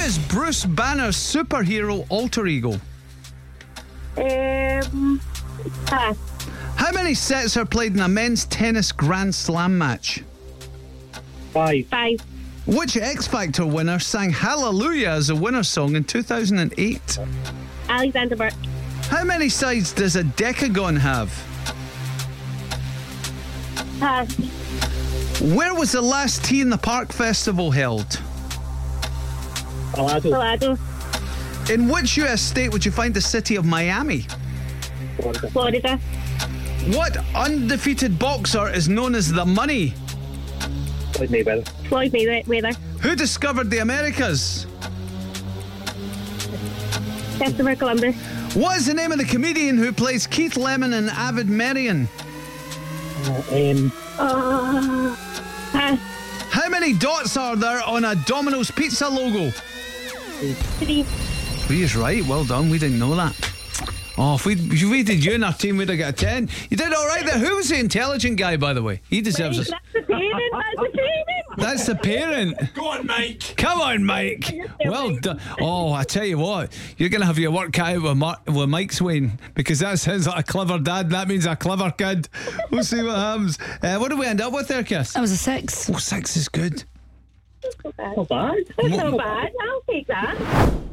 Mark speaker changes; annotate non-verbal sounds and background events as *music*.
Speaker 1: is Bruce Banner's superhero alter ego?
Speaker 2: Um, pass.
Speaker 1: How many sets are played in a men's tennis Grand Slam match?
Speaker 3: Five.
Speaker 2: Five.
Speaker 1: Which X Factor winner sang Hallelujah as a winner song in 2008?
Speaker 2: Alexander Burke.
Speaker 1: How many sides does a decagon have?
Speaker 2: Pass.
Speaker 1: Where was the last Tea in the Park festival held?
Speaker 3: Palazzo.
Speaker 2: Colorado.
Speaker 1: In which US state would you find the city of Miami?
Speaker 3: Florida.
Speaker 2: Florida.
Speaker 1: What undefeated boxer is known as the Money?
Speaker 3: Floyd Mayweather.
Speaker 2: Floyd Mayweather.
Speaker 1: Who discovered the Americas?
Speaker 2: Christopher Columbus.
Speaker 1: What is the name of the comedian who plays Keith Lemon in Avid Marion?
Speaker 3: Um,
Speaker 2: Uh, pass.
Speaker 1: How many dots are there on a Domino's Pizza logo?
Speaker 2: Three.
Speaker 1: He is right. Well done. We didn't know that. Oh, if we if we did you in our team, we'd have got a ten. You did all right there. Who was the intelligent guy, by the way? He deserves
Speaker 2: That's
Speaker 1: it.
Speaker 2: the payment. That's the
Speaker 1: *laughs*
Speaker 2: payment.
Speaker 1: That's the parent.
Speaker 4: Go on, Mike.
Speaker 1: Come on, Mike. Well done. Oh, I tell you what, you're going to have your work cut out with, Mar- with Mike Swain because that sounds like a clever dad. That means a clever kid. We'll see what happens. Uh, what do we end up with there, Kiss?
Speaker 5: That was a six.
Speaker 1: Oh, six is good.
Speaker 3: not bad.
Speaker 2: That's not bad. I'll take that.